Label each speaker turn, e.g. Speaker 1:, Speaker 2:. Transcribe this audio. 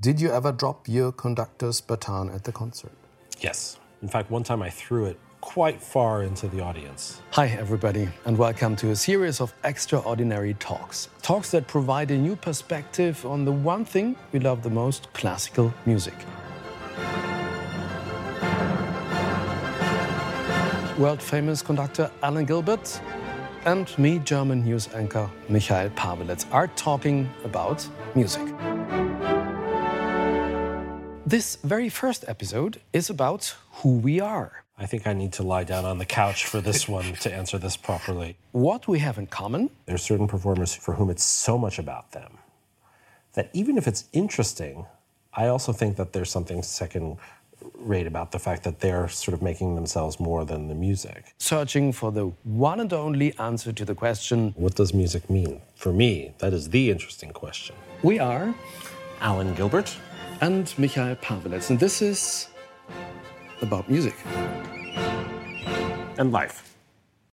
Speaker 1: Did you ever drop your conductor's baton at the concert?
Speaker 2: Yes. In fact, one time I threw it quite far into the audience.
Speaker 3: Hi, everybody, and welcome to a series of extraordinary talks. Talks that provide a new perspective on the one thing we love the most classical music. World famous conductor Alan Gilbert and me, German news anchor Michael Pavelitz, are talking about music. This very first episode is about who we are.
Speaker 2: I think I need to lie down on the couch for this one to answer this properly.
Speaker 3: what we have in common.
Speaker 2: There are certain performers for whom it's so much about them that even if it's interesting, I also think that there's something second rate about the fact that they're sort of making themselves more than the music.
Speaker 3: Searching for the one and only answer to the question
Speaker 2: What does music mean? For me, that is the interesting question.
Speaker 3: We are
Speaker 2: Alan Gilbert?
Speaker 3: and Michael Pavelitz, and this is about music.
Speaker 2: And life.